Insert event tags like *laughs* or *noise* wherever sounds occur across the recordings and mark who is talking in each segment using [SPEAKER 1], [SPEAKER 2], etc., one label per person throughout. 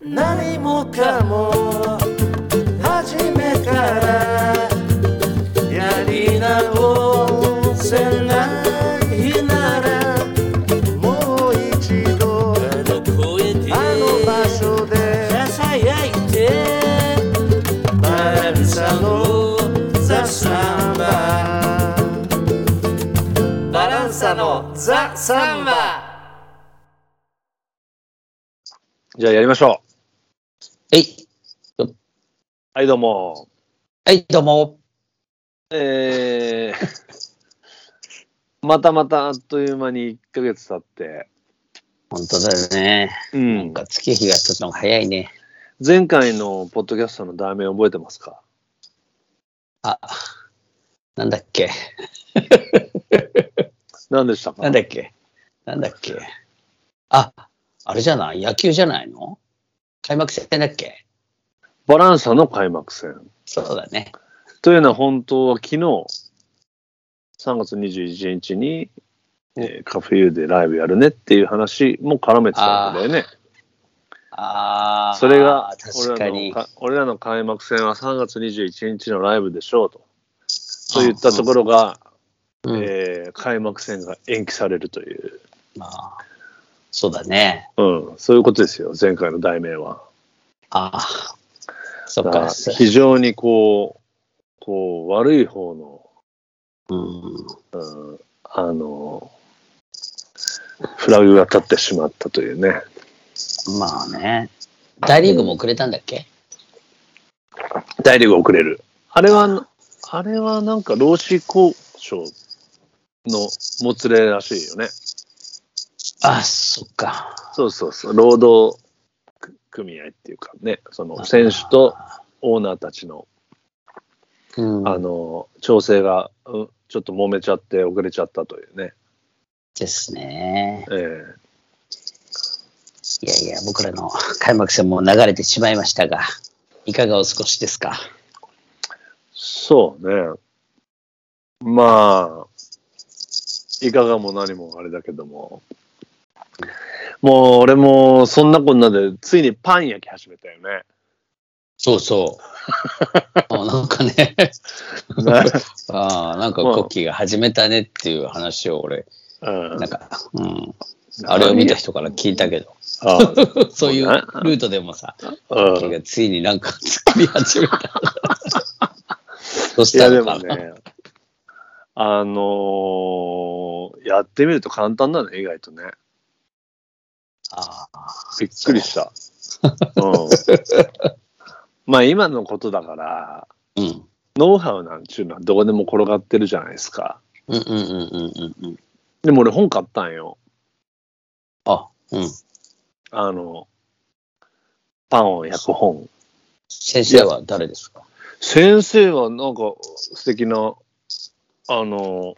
[SPEAKER 1] 何もかも初めからやり直せないならもう一度
[SPEAKER 2] あの声で
[SPEAKER 1] あの場所で
[SPEAKER 2] ささやいて
[SPEAKER 1] バランサのザ・サンバ
[SPEAKER 2] バランサのザ・サンバ
[SPEAKER 3] じゃあやりましょう。
[SPEAKER 4] えい。
[SPEAKER 3] はい、どうも。
[SPEAKER 4] はい、どうも。
[SPEAKER 3] えー、 *laughs* またまたあっという間に1ヶ月経って、
[SPEAKER 4] 本当だよね。
[SPEAKER 3] う
[SPEAKER 4] なん
[SPEAKER 3] ん、
[SPEAKER 4] か月日が経つのが早いね。
[SPEAKER 3] 前回のポッドキャストの題名覚えてますか
[SPEAKER 4] あ、なんだっけ。
[SPEAKER 3] 何でしたか
[SPEAKER 4] なんだっけ。なんだっけ。あ、あれじゃない野球じゃないの開幕戦だっけ
[SPEAKER 3] バランサの開幕戦。
[SPEAKER 4] そうだね。
[SPEAKER 3] というのは本当は昨日、3月21日に、えーカフェユーでライブやるねっていう話も絡めてたんだよね。
[SPEAKER 4] あー
[SPEAKER 3] それが
[SPEAKER 4] 確
[SPEAKER 3] 俺
[SPEAKER 4] から
[SPEAKER 3] の
[SPEAKER 4] に。
[SPEAKER 3] か俺らの開幕戦は3月21日のライブでしょうと。といったところが、
[SPEAKER 4] うん
[SPEAKER 3] えー開幕戦が延期されるという、
[SPEAKER 4] まあ、そうだね。
[SPEAKER 3] うん、そういうことですよ、前回の題名は。
[SPEAKER 4] ああ。そっ
[SPEAKER 3] だから
[SPEAKER 4] か。
[SPEAKER 3] 非常にこう、こう悪い方の、
[SPEAKER 4] うん、
[SPEAKER 3] うん、あの、フラグが立ってしまったというね。
[SPEAKER 4] まあね。大リーグも遅れたんだっけ、
[SPEAKER 3] 大リーグ遅れる。あれは、あれはなんか労使交渉のもつれらしいよね。
[SPEAKER 4] あ、そっか。
[SPEAKER 3] そうそうそう、労働組合っていうかね、その選手とオーナーたちの
[SPEAKER 4] うん、
[SPEAKER 3] あの調整が、うんちょっと揉めちゃって遅れちゃったというね。
[SPEAKER 4] ですね。
[SPEAKER 3] ええ
[SPEAKER 4] いやいや、僕らの *laughs* 開幕戦も流れてしまいましたが、いかがお過ごしですか
[SPEAKER 3] そうね。まあ、いかがも何もあれだけども。もう俺もそんなこんなでついにパン焼き始めたよ
[SPEAKER 4] *laughs*
[SPEAKER 3] ね。
[SPEAKER 4] そうそう。 *laughs* あなんかね、ああなんかコッキーが始めたねっていう話を俺、
[SPEAKER 3] うん
[SPEAKER 4] なんか、うん、あれを見た人から聞いたけど、 *laughs*
[SPEAKER 3] あ
[SPEAKER 4] そういうルートでもさ、
[SPEAKER 3] う
[SPEAKER 4] コッキー
[SPEAKER 3] ん
[SPEAKER 4] がついになんか *laughs* 作り始めた。 *laughs* そし
[SPEAKER 3] い
[SPEAKER 4] た
[SPEAKER 3] や
[SPEAKER 4] ら
[SPEAKER 3] でもね、あのーやってみると簡単なの、意外とね。
[SPEAKER 4] ああ
[SPEAKER 3] びっくりした。 *laughs* うん。まあ今のことだから、
[SPEAKER 4] うん
[SPEAKER 3] ノウハウなんちゅうのはどこでも転がってるじゃないですか。
[SPEAKER 4] うんうんうんうんうんうん。
[SPEAKER 3] でも俺本買ったんよ。
[SPEAKER 4] あ、うん。
[SPEAKER 3] あの、パンを焼く本。
[SPEAKER 4] 先生は誰ですか
[SPEAKER 3] 先生はなんか素敵な、あの、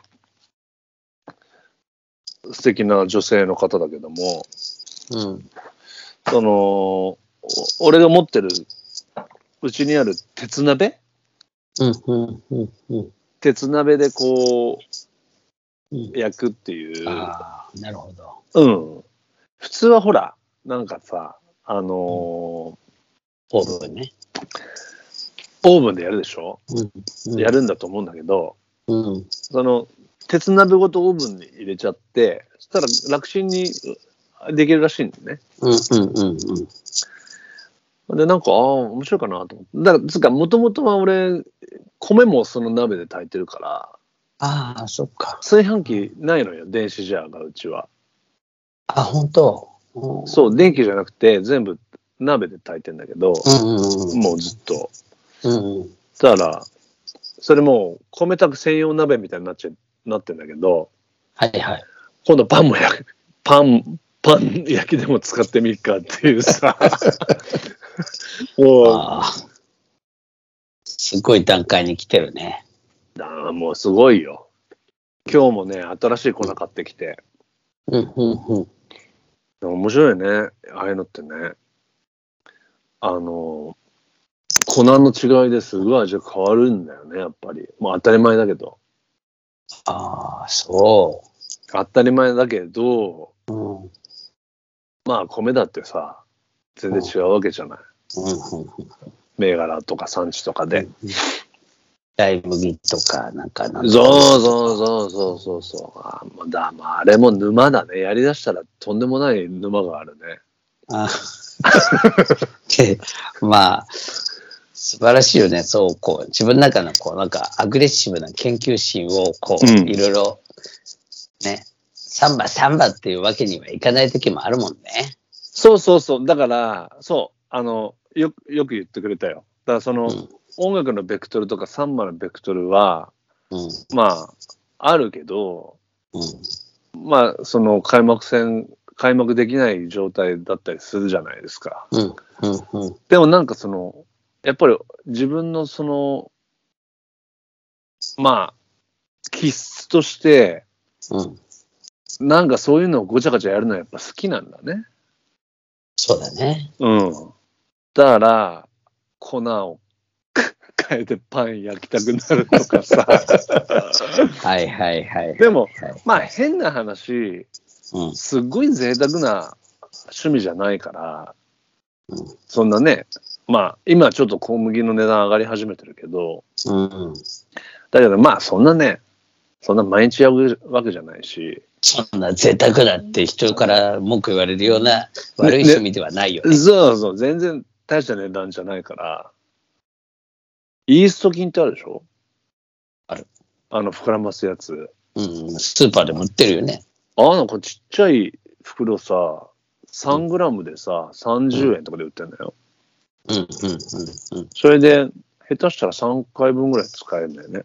[SPEAKER 3] 素敵な女性の方だけども、
[SPEAKER 4] うん。
[SPEAKER 3] その、お俺が持ってる、うちにある鉄鍋
[SPEAKER 4] うんうんうんうん。
[SPEAKER 3] 鉄鍋でこう、
[SPEAKER 4] うん
[SPEAKER 3] 焼くっていう、
[SPEAKER 4] ああ、なるほど。
[SPEAKER 3] うん。普通はほら、なんかさ、あのーオ
[SPEAKER 4] オーブンね。
[SPEAKER 3] ーブンでやるでしょ
[SPEAKER 4] うん
[SPEAKER 3] や。るんだと思うんだけど、
[SPEAKER 4] うん。
[SPEAKER 3] その、鉄鍋ごとオーブンに入れちゃって、そしたら楽ちんにうできるらしいんだよね。
[SPEAKER 4] うんうんうんうん。
[SPEAKER 3] で、なんか、ああ、面白いかなと思って。だから、つうか、もともとは俺、米もその鍋で炊いてるから、
[SPEAKER 4] ああ、そっか。
[SPEAKER 3] 炊飯器ないのよ、電子ジャーがうちは。
[SPEAKER 4] あ、本当。うん
[SPEAKER 3] そう、電気じゃなくて、全部鍋で炊いてんだけど、
[SPEAKER 4] うんうんうん。
[SPEAKER 3] もうずっと。
[SPEAKER 4] うんうん。
[SPEAKER 3] だから、それもう、米炊く専用鍋みたいになっちゃなってんだけど、
[SPEAKER 4] はいはい。
[SPEAKER 3] 今度パンも焼く、パン、パン焼きでも使ってみっかっていうさ、も
[SPEAKER 4] ああ。すごい段階に来てるね。
[SPEAKER 3] う、だもうすごいよ。今日もね、新しい粉買ってきて、
[SPEAKER 4] うんうんうん。
[SPEAKER 3] 面白いよね、ああいうのってね。あの、粉の違いですごい味が変わるんだよね、やっぱり。もう当たり前だけど。
[SPEAKER 4] ああ、そ
[SPEAKER 3] 当たり前だけど、
[SPEAKER 4] う。うん。
[SPEAKER 3] まあ米だってさ、全然違うわけじゃない。
[SPEAKER 4] うんうんうん
[SPEAKER 3] 銘柄とか産地とかで。
[SPEAKER 4] ライ麦とか、なんかなんか
[SPEAKER 3] そうそうそうそうそうそう。あまあだまあ、あれも沼だね。やりだしたらとんでもない沼があるね。
[SPEAKER 4] あで、まあ、素晴らしいよね。そう、こう、自分の中の、こう、なんか、アグレッシブな研究心を、こう、
[SPEAKER 3] うん
[SPEAKER 4] いろいろ、ね、サンバ、サンバっていうわけにはいかない時もあるもんね。
[SPEAKER 3] そうそうそう。だから、そう、あの、よくよく言ってくれたよ。だからその、
[SPEAKER 4] うん
[SPEAKER 3] 音楽のベクトルとかサンバのベクトルは、
[SPEAKER 4] うん、
[SPEAKER 3] まあ、あるけど、
[SPEAKER 4] うん、
[SPEAKER 3] まあ、その開幕戦、開幕できない状態だったりするじゃないですか。
[SPEAKER 4] うん、うん、うん。
[SPEAKER 3] でもなんかその、やっぱり自分のその、まあ、気質として、
[SPEAKER 4] うん、
[SPEAKER 3] なんかそういうのをごちゃごちゃやるのはやっぱ好きなんだね。
[SPEAKER 4] そうだね。
[SPEAKER 3] うん。だから、粉を *laughs* 変えてパン焼きたくなるとかさ。
[SPEAKER 4] はいはいはい。
[SPEAKER 3] でも、
[SPEAKER 4] はい、
[SPEAKER 3] まあ変な話、
[SPEAKER 4] うん、
[SPEAKER 3] すっごい贅沢な趣味じゃないから
[SPEAKER 4] うん、
[SPEAKER 3] そんなね、まあ今ちょっと小麦の値段上がり始めてるけど、
[SPEAKER 4] うん。
[SPEAKER 3] だけどまあそんなね、そんな毎日やるわけじゃないし、
[SPEAKER 4] そんな贅沢だって人から文句言われるような悪い趣味ではないよね。
[SPEAKER 3] そうそう、全然大した値段じゃないから、イースト菌ってあるでしょ
[SPEAKER 4] ある。
[SPEAKER 3] あの膨らますやつ。
[SPEAKER 4] うん、スーパーでも売ってるよね。
[SPEAKER 3] ああなんかちっちゃい袋さ、3グラムでさ、30円とかで売ってんだよ。
[SPEAKER 4] うん、うん、うん、うん。
[SPEAKER 3] それで、下手したら3回分ぐらい使えるんだよね。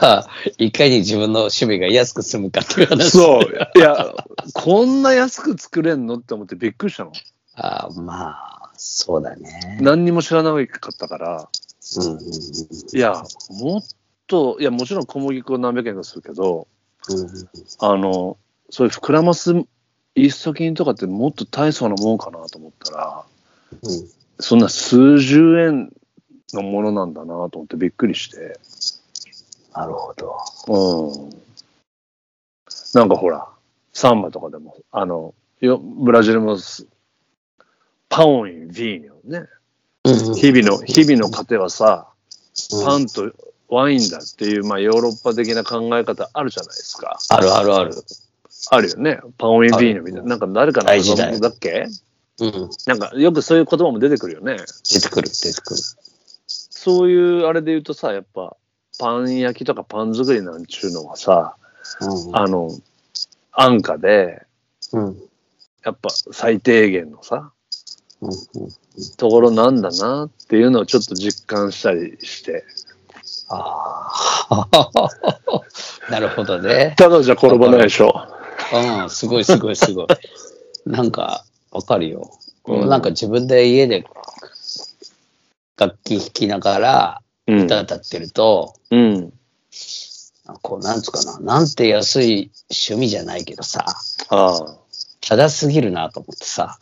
[SPEAKER 4] あいかに自分の趣味が安く済むかっていう話。
[SPEAKER 3] そう。いや、こんな安く作れんのって思ってびっくりしたの。
[SPEAKER 4] あまあ、そうだね。
[SPEAKER 3] 何にも知らなかったから、
[SPEAKER 4] うんうんうん
[SPEAKER 3] いや、もっと、いや、もちろん小麦粉何百円かするけど、
[SPEAKER 4] うん
[SPEAKER 3] あの、そういう膨らますイースト菌とかってもっと大層なもんかなと思ったら、
[SPEAKER 4] うん
[SPEAKER 3] そんな数十円のものなんだなと思ってびっくりして。
[SPEAKER 4] なるほど。
[SPEAKER 3] うん。なんかほら、サンバとかでも、あの、よブラジルもすパオン・ヴィーニョね。日々の、日々の糧はさ、パ
[SPEAKER 4] うん
[SPEAKER 3] ンとワインだっていう、まあヨーロッパ的な考え方あるじゃないですか。
[SPEAKER 4] あるあるある。
[SPEAKER 3] あるよね。パオン・ヴィーニョみたいな。なんか誰かの
[SPEAKER 4] 大事だよ
[SPEAKER 3] だっけ
[SPEAKER 4] うん。
[SPEAKER 3] なんかよくそういう言葉も出てくるよね。
[SPEAKER 4] 出てくる、出てくる。
[SPEAKER 3] そういうあれで言うとさ、やっぱパン焼きとかパン作りなんちゅうのはさ、
[SPEAKER 4] うん
[SPEAKER 3] あの、安価で、
[SPEAKER 4] うん
[SPEAKER 3] やっぱ最低限のさ、
[SPEAKER 4] うんうん
[SPEAKER 3] ところなんだなっていうのをちょっと実感したりして、
[SPEAKER 4] あー *laughs* なるほどね。
[SPEAKER 3] ただじゃ転ばないでしょ。
[SPEAKER 4] うん、すごいすごいすごい。なんか、わかるよ。
[SPEAKER 3] うん
[SPEAKER 4] なんか自分で家で楽器弾きながら
[SPEAKER 3] うん。
[SPEAKER 4] 歌歌ってると、
[SPEAKER 3] うん。
[SPEAKER 4] こう、なんつうかな、なんて安い趣味じゃないけどさ、
[SPEAKER 3] ああ。
[SPEAKER 4] ただすぎるなと思ってさ、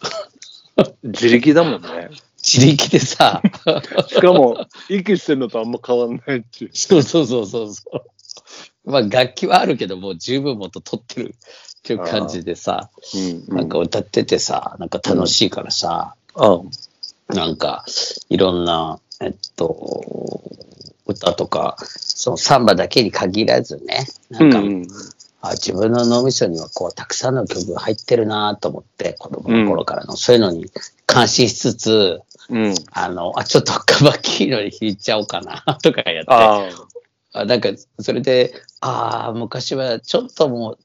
[SPEAKER 3] 自力だもんね。
[SPEAKER 4] 自力でさ、 *laughs*
[SPEAKER 3] しかも、息してるのとあんま変わんないっていう。
[SPEAKER 4] そうそうそうそうそう。まあ楽器はあるけど、もう十分もっと取ってるっていう感じでさ、
[SPEAKER 3] うん
[SPEAKER 4] なんか歌っててさ、なんか楽しいからさ、
[SPEAKER 3] ああ
[SPEAKER 4] なんか、いろんな、えっと、歌とか、そのサンバだけに限らずね、なんか、
[SPEAKER 3] うん
[SPEAKER 4] あ自分の脳みそにはこう、たくさんの曲が入ってるなと思って、子供の頃からの、そういうのに感心しつつ、
[SPEAKER 3] うん。
[SPEAKER 4] あの、あ、ちょっとカバキーノに弾いちゃおうかな、とかやって、あ
[SPEAKER 3] ああ。
[SPEAKER 4] なんか、それで、ああ、昔はちょっともう、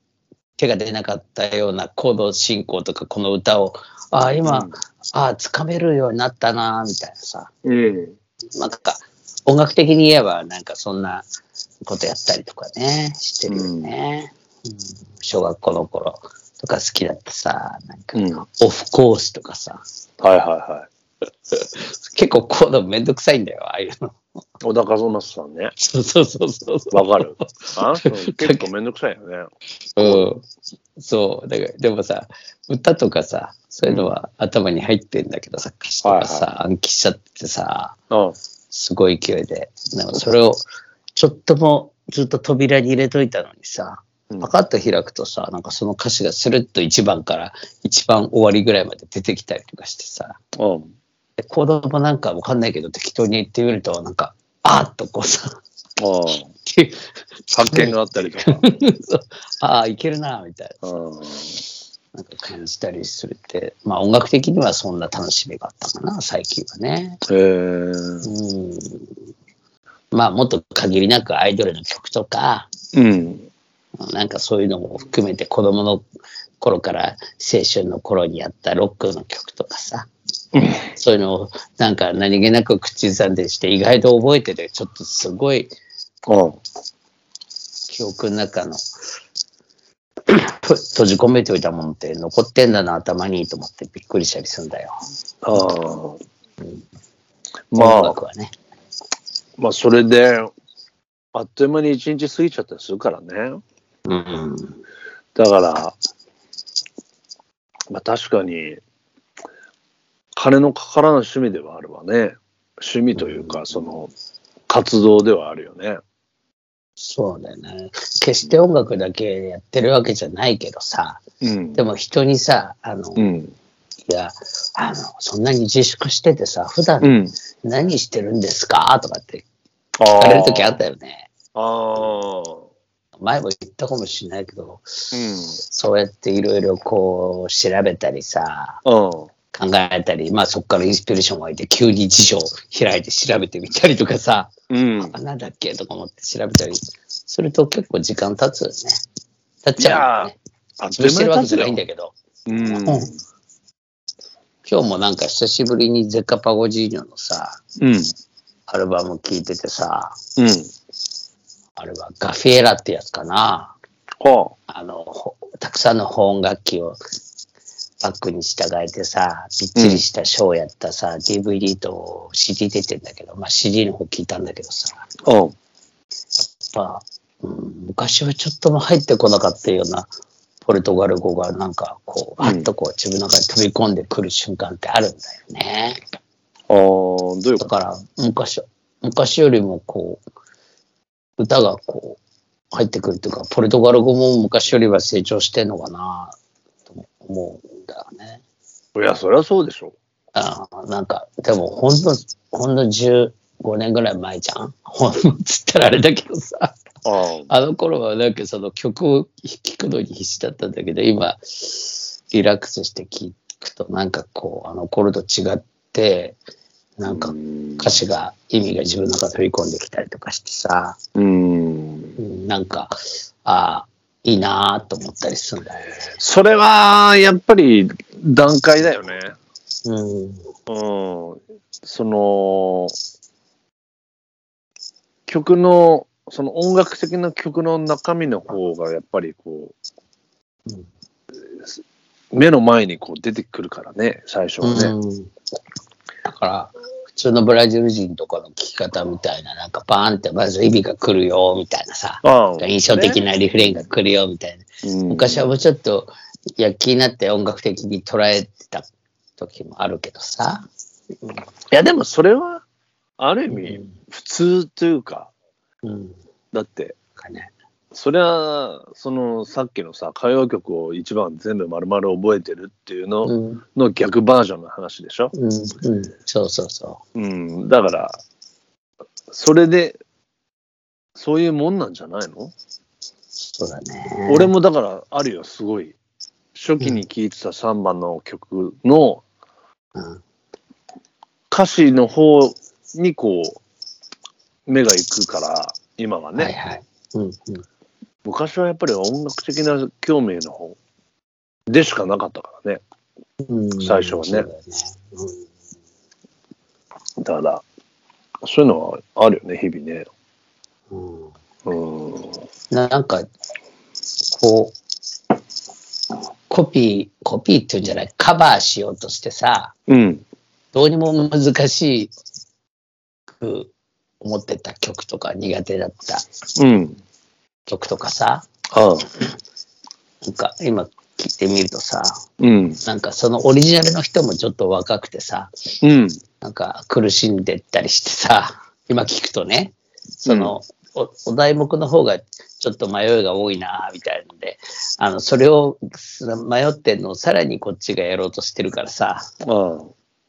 [SPEAKER 4] 手が出なかったようなコード進行とか、この歌を、ああ、今、
[SPEAKER 3] うん
[SPEAKER 4] ああ、つかめるようになったなみたいなさ、
[SPEAKER 3] うん。
[SPEAKER 4] なんか、音楽的に言えば、なんかそんなことやったりとかね、してるよね。うん小学校の頃とか好きだったさ、なんか、
[SPEAKER 3] うん
[SPEAKER 4] オフコースとかさ、
[SPEAKER 3] はいはいは
[SPEAKER 4] 結構こういうのめんどくさいんだよ、ああいうの。
[SPEAKER 3] い。小田和正さんね。
[SPEAKER 4] そうそうそうそう。
[SPEAKER 3] わかる。あの人 *laughs* 結構めんどくさいよね。
[SPEAKER 4] うん。そう。だから、でもさ、歌とかさ、そういうのは頭に入ってんだけどさ、歌詞とかさ、暗記しちゃってさ、
[SPEAKER 3] あ
[SPEAKER 4] すごい勢いで。なんかそれを、ちょっともずっと扉に入れといたのにさ、
[SPEAKER 3] うん
[SPEAKER 4] パカッと開くとさ、なんかその歌詞がスルッと1番から一番終わりぐらいまで出てきたりとかしてさ、
[SPEAKER 3] うん。
[SPEAKER 4] でコードもなんかわかんないけど適当に言ってみると、なんか、あーっとこうさ、 *laughs*
[SPEAKER 3] ああ
[SPEAKER 4] っていう
[SPEAKER 3] 発見があったりとか。
[SPEAKER 4] そうああ、いけるな、みたいな。
[SPEAKER 3] うん
[SPEAKER 4] なんか感じたりするって、まあ音楽的にはそんな楽しみがあったかな、最近はね。
[SPEAKER 3] へえ。
[SPEAKER 4] うん。まあもっと限りなくアイドルの曲とか、
[SPEAKER 3] うん。
[SPEAKER 4] なんかそういうのも含めて子供の頃から青春の頃にやったロックの曲とかさ、そういうのをなんか何気なく口ずさんでして意外と覚えてて、ちょっとすごい
[SPEAKER 3] うん。
[SPEAKER 4] 記憶の中のと閉じ込めておいたものって残ってんだな頭にと思ってびっくりしたりするんだよ。
[SPEAKER 3] ああ。ま
[SPEAKER 4] 音
[SPEAKER 3] あ
[SPEAKER 4] 楽、はね。
[SPEAKER 3] まあ、それで、あっという間に一日過ぎちゃったりするからね。
[SPEAKER 4] うん。
[SPEAKER 3] だから、まあ確かに、金のかからない趣味ではあるわね。趣味というか、その、活動ではあるよね。
[SPEAKER 4] そうだよね。決して音楽だけやってるわけじゃないけどさ、
[SPEAKER 3] うん
[SPEAKER 4] でも人にさ、あの、
[SPEAKER 3] うん。
[SPEAKER 4] いや、あの、そんなに自粛しててさ、普段
[SPEAKER 3] うん。
[SPEAKER 4] 何してるんですかとかって
[SPEAKER 3] あ
[SPEAKER 4] 聞
[SPEAKER 3] ー
[SPEAKER 4] かれる時あったよね。
[SPEAKER 3] あー。
[SPEAKER 4] 前も言ったかもしれないけど、
[SPEAKER 3] う
[SPEAKER 4] そうやっていろいろこう調べたりさ、
[SPEAKER 3] ん。うん。
[SPEAKER 4] 考えたり、まあそこからインスピレーション湧いて急に辞書を開いて調べてみたりとかさ、
[SPEAKER 3] うん。
[SPEAKER 4] あ、なんだっけとか思って調べたりすると結構時間経つよね。経っちゃうよね。
[SPEAKER 3] あっとい
[SPEAKER 4] 潰
[SPEAKER 3] う
[SPEAKER 4] し
[SPEAKER 3] 間
[SPEAKER 4] て
[SPEAKER 3] に
[SPEAKER 4] るわけ
[SPEAKER 3] 経つ
[SPEAKER 4] じゃ
[SPEAKER 3] よ
[SPEAKER 4] ないんだけど、
[SPEAKER 3] うん。
[SPEAKER 4] 今日もなんか久しぶりにゼカパゴジーニョのさ、
[SPEAKER 3] うん。
[SPEAKER 4] アルバム聴いててさ、
[SPEAKER 3] うん。
[SPEAKER 4] あれはガフィエラってやつかな。
[SPEAKER 3] は
[SPEAKER 4] あの、ほたくさんの保音楽器をバックに従えてさ、びっちりしたショーをやったさ、DVD と CD 出てんだけど、まあ CD の方聞いたんだけどさ、やっ
[SPEAKER 3] あ。うん。
[SPEAKER 4] ぱ、うん、昔はちょっとも入ってこなかったようなポルトガル語がなんかこう、
[SPEAKER 3] うん
[SPEAKER 4] あっとこう自分の中に飛び込んでくる瞬間ってあるんだよね。
[SPEAKER 3] ああ、どういう
[SPEAKER 4] だ
[SPEAKER 3] こ
[SPEAKER 4] から昔、昔よりもこう、歌がこう、入ってくるというか、ポルトガル語も昔よりは成長してんのかなと思うんだよね。
[SPEAKER 3] といや、そりゃそうでしょ。
[SPEAKER 4] あーなんか、でもほんの、ほんの15年ぐらい前じゃん *laughs* ほんのつったらあれだけどさ、
[SPEAKER 3] ああ。
[SPEAKER 4] あの頃はなんかその曲を聴くのに必死だったんだけど、今、リラックスして聴くとなんかこう、あの頃と違って、なんか歌詞が意味が自分の中に飛び込んできたりとかしてさ、
[SPEAKER 3] うん。
[SPEAKER 4] うんなんかああいいなーと思ったりするんだよね。
[SPEAKER 3] それは、やっぱり、段階だよね。
[SPEAKER 4] うん
[SPEAKER 3] うん。その、曲の、その音楽的な曲の中身の方が、やっぱりこう、
[SPEAKER 4] うん
[SPEAKER 3] 目の前にこう出てくるからね、最初はね。
[SPEAKER 4] うんだから普通のブラジル人とかの聞き方みたいななんかバーンってまず意味が来るよみたいなさ
[SPEAKER 3] ああ
[SPEAKER 4] 印象的なリフレインが来るよみたいな昔は、もうちょっと躍起になって音楽的に捉えてた時もあるけどさ、
[SPEAKER 3] いや、でもそれは、ある意味、普通というか、
[SPEAKER 4] うん、なん
[SPEAKER 3] だって、
[SPEAKER 4] かね
[SPEAKER 3] そりゃそのさっきのさ歌謡曲を一番全部丸々覚えてるっていうの
[SPEAKER 4] うん
[SPEAKER 3] の逆バージョンの話でしょ、
[SPEAKER 4] うんうんそうそうそ
[SPEAKER 3] うん、だからそれでそういうもんなんじゃないの、
[SPEAKER 4] うそうだね
[SPEAKER 3] 俺もだからあるよすごい初期に聴いてた3番の曲の
[SPEAKER 4] うん
[SPEAKER 3] 歌詞の方にこう目が行くから今はね、
[SPEAKER 4] はいはい。うんうん、
[SPEAKER 3] 昔はやっぱり音楽的な興味の方でしかなかったからね
[SPEAKER 4] うん
[SPEAKER 3] 最初はね
[SPEAKER 4] そうだよねうん
[SPEAKER 3] だから、そういうのはあるよね、日々ね。
[SPEAKER 4] うん
[SPEAKER 3] うん。
[SPEAKER 4] ななんか、こう、コピー、コピーっていうんじゃない、カバーしようとしてさ、
[SPEAKER 3] うん。
[SPEAKER 4] どうにも難しく思ってた曲とか苦手だった
[SPEAKER 3] うん。
[SPEAKER 4] 曲とかさ、
[SPEAKER 3] ああ。
[SPEAKER 4] なんか今聞いてみるとさ、
[SPEAKER 3] うん。
[SPEAKER 4] なんかそのオリジナルの人もちょっと若くてさ、
[SPEAKER 3] うん。
[SPEAKER 4] なんか苦し *laughs* んでったりしてさ、今聞くとね、その、おお題目の方がちょっと迷いが多いな、みたいので、あの、それをす迷ってんのをさらにこっちがやろうとしてるからさ、
[SPEAKER 3] う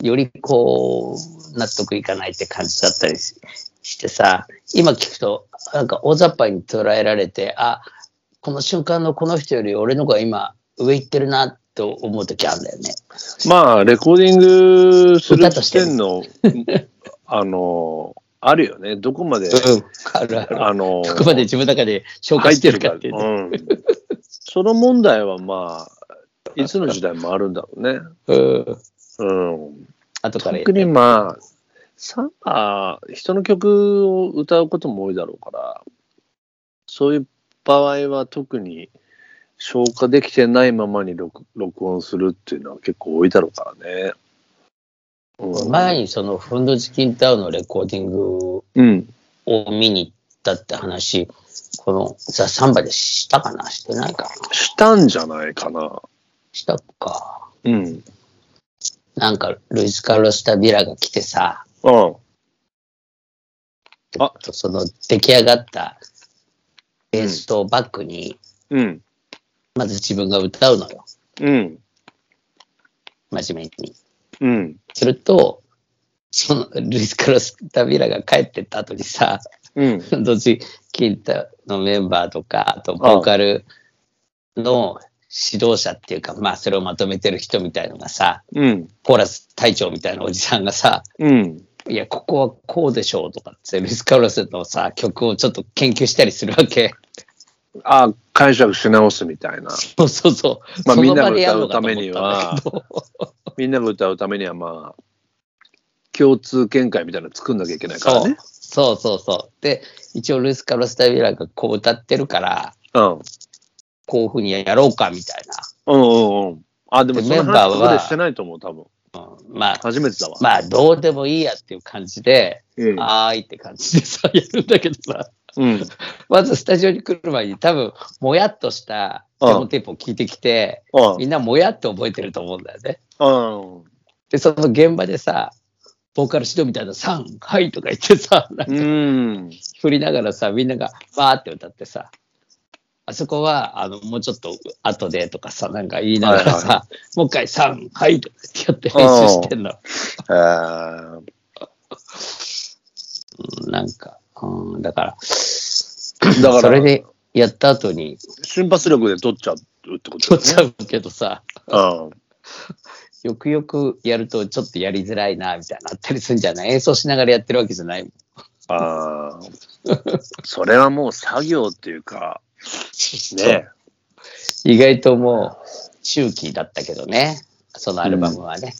[SPEAKER 3] ん。
[SPEAKER 4] よりこう、納得いかないって感じだったりししてさ、今聞くと、なんか大雑把に捉えられて、あ、この瞬間のこの人より俺の方が今上行ってるなと思う時あるんだよね。
[SPEAKER 3] まあ、レコーディングする
[SPEAKER 4] 歌とし
[SPEAKER 3] 時
[SPEAKER 4] て
[SPEAKER 3] 点 *laughs* の、あの、あるよね。どこまで、
[SPEAKER 4] あるある。
[SPEAKER 3] あの、
[SPEAKER 4] どこまで自分の中で消化
[SPEAKER 3] 入
[SPEAKER 4] してるかっていうね。
[SPEAKER 3] うん。その問題はまあ、いつの時代もあるんだろうね。
[SPEAKER 4] うん。
[SPEAKER 3] うん。
[SPEAKER 4] 後からや
[SPEAKER 3] 特にまあ、サンバ、人の曲を歌うことも多いだろうから、そういう場合は特に消化できてないままに録録音するっていうのは結構多いだろうからね。うん、
[SPEAKER 4] 前にそのフンドチキンタウンのレコーディング
[SPEAKER 3] うん。
[SPEAKER 4] を見に行ったって話、このザ・サンバでしたかなしてないかな
[SPEAKER 3] したんじゃないかな。
[SPEAKER 4] したか。
[SPEAKER 3] うん。
[SPEAKER 4] なんか、ルイス・カルロス・タビラが来てさ、
[SPEAKER 3] うん。あ
[SPEAKER 4] その出来上がったベースとバックに、
[SPEAKER 3] うん。
[SPEAKER 4] まず自分が歌うのよ。
[SPEAKER 3] うん。
[SPEAKER 4] 真面目に。
[SPEAKER 3] うん。
[SPEAKER 4] すると、そのルイス・カルロス・タビラが帰ってった後にさ、
[SPEAKER 3] うん。
[SPEAKER 4] どっちキンタのメンバーとか、あとボーカルの指導者っていうか、まあそれをまとめてる人みたいのがさ、
[SPEAKER 3] うん。
[SPEAKER 4] コーラス隊長みたいなおじさんがさ、
[SPEAKER 3] うん。
[SPEAKER 4] いや、ここはこうでしょうとかって、ルイス・カルロスのさ、曲をちょっと研究したりするわけ。
[SPEAKER 3] あ、解釈し直すみたいな。
[SPEAKER 4] そうそうそう。
[SPEAKER 3] まあ
[SPEAKER 4] そ
[SPEAKER 3] み
[SPEAKER 4] の
[SPEAKER 3] んなが
[SPEAKER 4] 場でやるのか
[SPEAKER 3] 歌う
[SPEAKER 4] と思ったた
[SPEAKER 3] めに
[SPEAKER 4] ん
[SPEAKER 3] は
[SPEAKER 4] だけど。
[SPEAKER 3] みんなが歌うためにはまあ、共通見解みたいなの作んなきゃいけないから
[SPEAKER 4] そう
[SPEAKER 3] ね。
[SPEAKER 4] そうそうそう。で、一応ルイス・カルロス・タビラがこう歌ってるから、
[SPEAKER 3] うん。
[SPEAKER 4] こういうふうにやろうかみたいな。
[SPEAKER 3] うんうんうん。あ、でも
[SPEAKER 4] で
[SPEAKER 3] その
[SPEAKER 4] メン
[SPEAKER 3] 話
[SPEAKER 4] バーは
[SPEAKER 3] ここでしてないと思う、多分。
[SPEAKER 4] うんまあ、
[SPEAKER 3] 初めてだわ。
[SPEAKER 4] まあどうでもいいやっていう感じで、
[SPEAKER 3] うん
[SPEAKER 4] はーいって感じでさ、やるんだけどさ、 *laughs*
[SPEAKER 3] うん。
[SPEAKER 4] まずスタジオに来る前に多分、もやっとしたデモテープを聞いてきて、みんなもやっと覚えてると思うんだよね。
[SPEAKER 3] うん。
[SPEAKER 4] で、その現場でさ、ボーカル指導みたいな、さん、はいとか言ってさ、なんか
[SPEAKER 3] うん。
[SPEAKER 4] 振りながらさ、みんながバーって歌ってさ、あそこは、あの、もうちょっと後でとかさ、なんか言いながらさ、
[SPEAKER 3] はい
[SPEAKER 4] もう一回さん、はいとかってやって練習してんの。
[SPEAKER 3] えー
[SPEAKER 4] うんなんか、うん、だから、
[SPEAKER 3] だから
[SPEAKER 4] *laughs* それでやった後に、
[SPEAKER 3] 瞬発力で取っちゃうってこと
[SPEAKER 4] 取っ
[SPEAKER 3] だ
[SPEAKER 4] ち
[SPEAKER 3] よ
[SPEAKER 4] ゃ
[SPEAKER 3] ね。
[SPEAKER 4] うけどさ、
[SPEAKER 3] うん。
[SPEAKER 4] よくよくやるとちょっとやりづらいな、みたいなあったりするんじゃない演奏しながらやってるわけじゃないもん。
[SPEAKER 3] ああ。それはもう作業っていうか、ね。
[SPEAKER 4] 意外ともう、中期だったけどね、そのアルバムはね。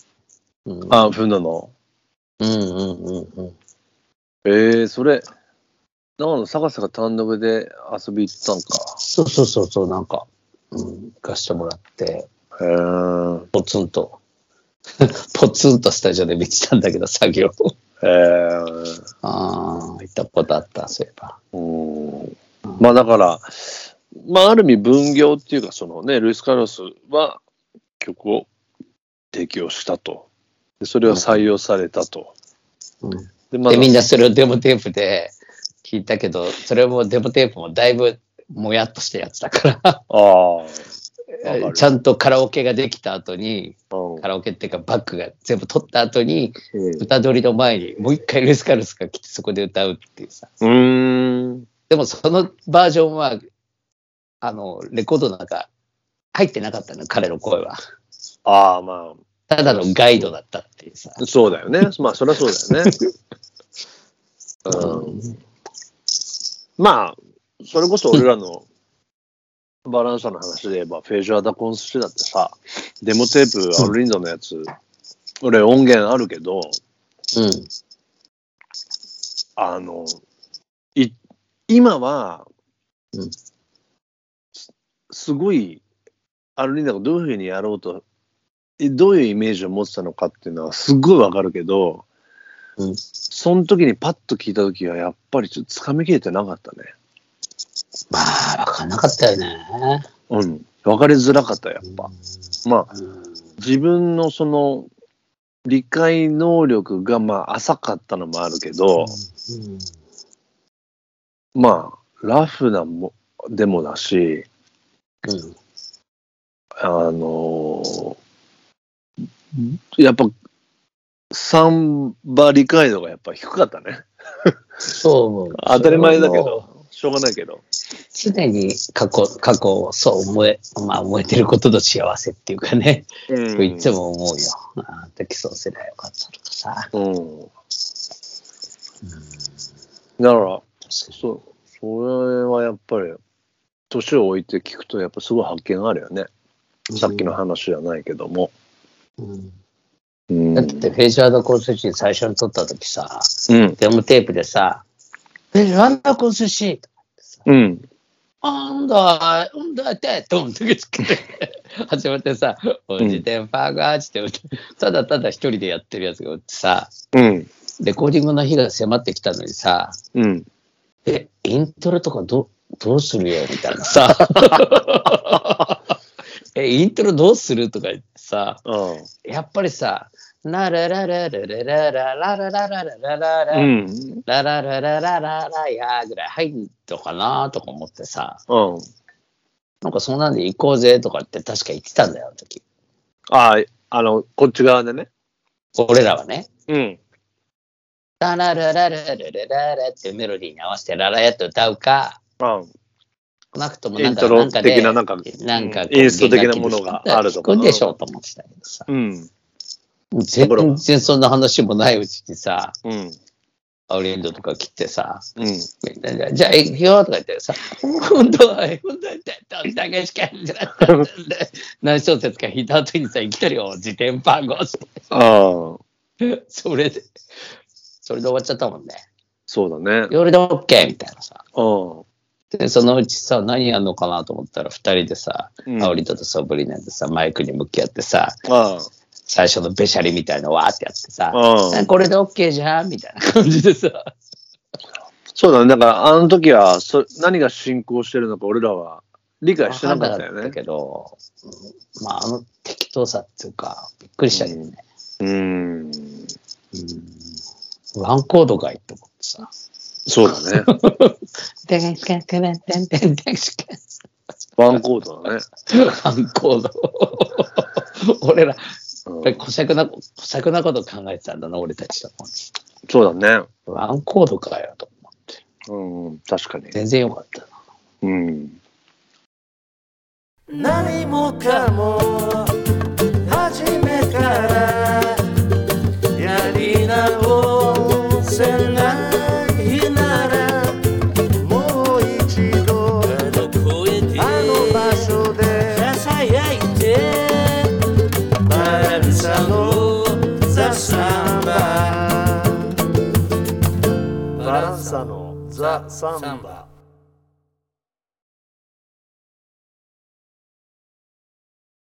[SPEAKER 4] うん、うん、
[SPEAKER 3] ああ、ふんだの。
[SPEAKER 4] うんうんうん。
[SPEAKER 3] ええそれ、長野、坂瀬が単独で遊び行ったんか。
[SPEAKER 4] そうそうそうそう、なんか、うん、行かしてもらって、
[SPEAKER 3] へー
[SPEAKER 4] ポツンと、 *laughs* ポツンとスタジオで見てたんだけど、作業。
[SPEAKER 3] えー
[SPEAKER 4] ああ、行ったことあった、そういえば。
[SPEAKER 3] うんまあだから、まあある意味分業っていうか、そのね、ルイス・カルロスは曲を提供したと。でそれは採用されたと。
[SPEAKER 4] うん
[SPEAKER 3] で、ま
[SPEAKER 4] で、みん
[SPEAKER 3] だ、
[SPEAKER 4] なそれをデモテープで聞いたけど、それもデモテープもだいぶもやっとしたやつだか、
[SPEAKER 3] あわからる
[SPEAKER 4] ちゃんとカラオケができた後に、
[SPEAKER 3] あ、うん
[SPEAKER 4] カラオケっていうかバックが全部取った後に、
[SPEAKER 3] うん
[SPEAKER 4] 歌取りの前にもう一回ルイス・カルロスが来てそこで歌うっていうさ。
[SPEAKER 3] うーん。
[SPEAKER 4] でもそのバージョンは、あの、レコードの中、入ってなかったの、彼の声は。
[SPEAKER 3] ああ、ま
[SPEAKER 4] ただのガイドだったっていうさ。
[SPEAKER 3] あ、そうだよね。まあ、そりゃそう
[SPEAKER 4] *laughs*
[SPEAKER 3] だよね。うん、まあ、それこそ俺らのバランサーの話で言えば、フェージュアダコンスしてだってさ、デモテープ、アルリンドのやつ、俺音源あるけど、
[SPEAKER 4] うん。
[SPEAKER 3] あの、い、今は、
[SPEAKER 4] うん
[SPEAKER 3] すすごい、アルリンダがどういうふうにやろうと、いどういうイメージを持ってたのかっていうのはすごいわかるけど、
[SPEAKER 4] うん
[SPEAKER 3] その時にパッと聞いた時はやっぱりちょっとつかみきれてなかったね。
[SPEAKER 4] まあ、わかんなかったよね。
[SPEAKER 3] うん。わかりづらかった、やっぱ。まあ、
[SPEAKER 4] うん
[SPEAKER 3] 自分のその、理解能力がまあ浅かったのもあるけど、
[SPEAKER 4] うん
[SPEAKER 3] まあ、ラフなも、でもだし、
[SPEAKER 4] うん。
[SPEAKER 3] あのやっぱ、サンバ理解度がやっぱ低かったね。
[SPEAKER 4] そう思う。
[SPEAKER 3] 当たり前だけ
[SPEAKER 4] それはもう。
[SPEAKER 3] ど、しょうがないけど。
[SPEAKER 4] 常に過去、過去をそう思え、まあ思えてることの幸せっていうかね、
[SPEAKER 3] うん
[SPEAKER 4] いつも思うよ。ああ時そうすればよかったとかさ。
[SPEAKER 3] うん。だから、そう、それはやっぱり、年を置いて聞くと、やっぱすごい発見があるよね。さっきの話じゃないけども。
[SPEAKER 4] うん
[SPEAKER 3] うん。
[SPEAKER 4] だって、フェイスワードコースシー最初に撮った時さ、
[SPEAKER 3] うん。
[SPEAKER 4] デモテープでさ、フェイスワードコースシー
[SPEAKER 3] うん。
[SPEAKER 4] あんだ、うんだって、ドンってつけて、 *laughs* 始まってさ、おじてんぱがーって歌って、ただただ一人でやってるやつがおってさ、
[SPEAKER 3] うん。
[SPEAKER 4] レコーディングの日が迫ってきたのにさ、
[SPEAKER 3] うん。
[SPEAKER 4] え、イントロとかどどうするよみたいなさ、え、イントロどうするとか言ってさ、
[SPEAKER 3] あ
[SPEAKER 4] やっぱりさ、ラララララララララララララ
[SPEAKER 3] あ。
[SPEAKER 4] ララ
[SPEAKER 3] う
[SPEAKER 4] ラ
[SPEAKER 3] ん。うん。
[SPEAKER 4] ラララララララやーぐらい入んのかなとか思ってさ、なんかそんなんで行こうぜとかって確か言ってたんだよ、あの時。
[SPEAKER 3] ああ、あの、こっち側でね。
[SPEAKER 4] 俺らはね。
[SPEAKER 3] うん。
[SPEAKER 4] ラララララララララっていうメロディーに合わせてララやって歌うか、
[SPEAKER 3] あ
[SPEAKER 4] 少なくとも
[SPEAKER 3] イ
[SPEAKER 4] なん
[SPEAKER 3] ン
[SPEAKER 4] か
[SPEAKER 3] ト
[SPEAKER 4] な
[SPEAKER 3] ロ
[SPEAKER 4] んかで
[SPEAKER 3] 的な、なんか、
[SPEAKER 4] なんかこう、
[SPEAKER 3] インスト的なものがあると
[SPEAKER 4] 聞く
[SPEAKER 3] か
[SPEAKER 4] ん
[SPEAKER 3] な
[SPEAKER 4] でしょうと思ってたけどさ。
[SPEAKER 3] うん。
[SPEAKER 4] 全然そんな話もないうちにさ、
[SPEAKER 3] うん。
[SPEAKER 4] アウリエンドとか来てさ、
[SPEAKER 3] うん。
[SPEAKER 4] みんなでじゃあ行くよとか言ってさ、今度は、今度は、どんだけしかやってない何小節か弾いた後にさ、いきなりお自転番号して。
[SPEAKER 3] ああ、
[SPEAKER 4] それで、それで終わっちゃったもんね。
[SPEAKER 3] そうだね。
[SPEAKER 4] 夜で OK! みたいなさ。
[SPEAKER 3] うん。
[SPEAKER 4] で、そのうちさ、何やんのかなと思ったら、二人でさ、
[SPEAKER 3] うん
[SPEAKER 4] アオリととソブリナでさ、マイクに向き合ってさ、
[SPEAKER 3] あ
[SPEAKER 4] 最初のべしゃりみたいのわーってやってさ、
[SPEAKER 3] あ。うん
[SPEAKER 4] これで OK じゃんみたいな感じでさ。
[SPEAKER 3] そうだね。だから、あの時はそ、何が進行してるのか、俺らは理解してなかったよ
[SPEAKER 4] わんな
[SPEAKER 3] ね。
[SPEAKER 4] けど、うんまあ、あの適当さっていうか、びっくりしたけどね。
[SPEAKER 3] うん。
[SPEAKER 4] ワンコードがいいと思ってさ。
[SPEAKER 3] そうだね。
[SPEAKER 4] *laughs* でんけんけんてんてんてんしけん
[SPEAKER 3] ワンコードだね。
[SPEAKER 4] ワンコード。俺ら、
[SPEAKER 3] うん
[SPEAKER 4] これ、小尺な、小尺なこと考えてたんだな、俺たちと思って。
[SPEAKER 3] そうだね。
[SPEAKER 4] ワンコードかよ、と思って。
[SPEAKER 3] うん。確かに。
[SPEAKER 4] 全然よかったな。
[SPEAKER 3] うん。
[SPEAKER 1] 何もかも初めからやり直せないならもう一度あの声であの場所でささやいてバランサのザ・サンババランサのザ・サンバ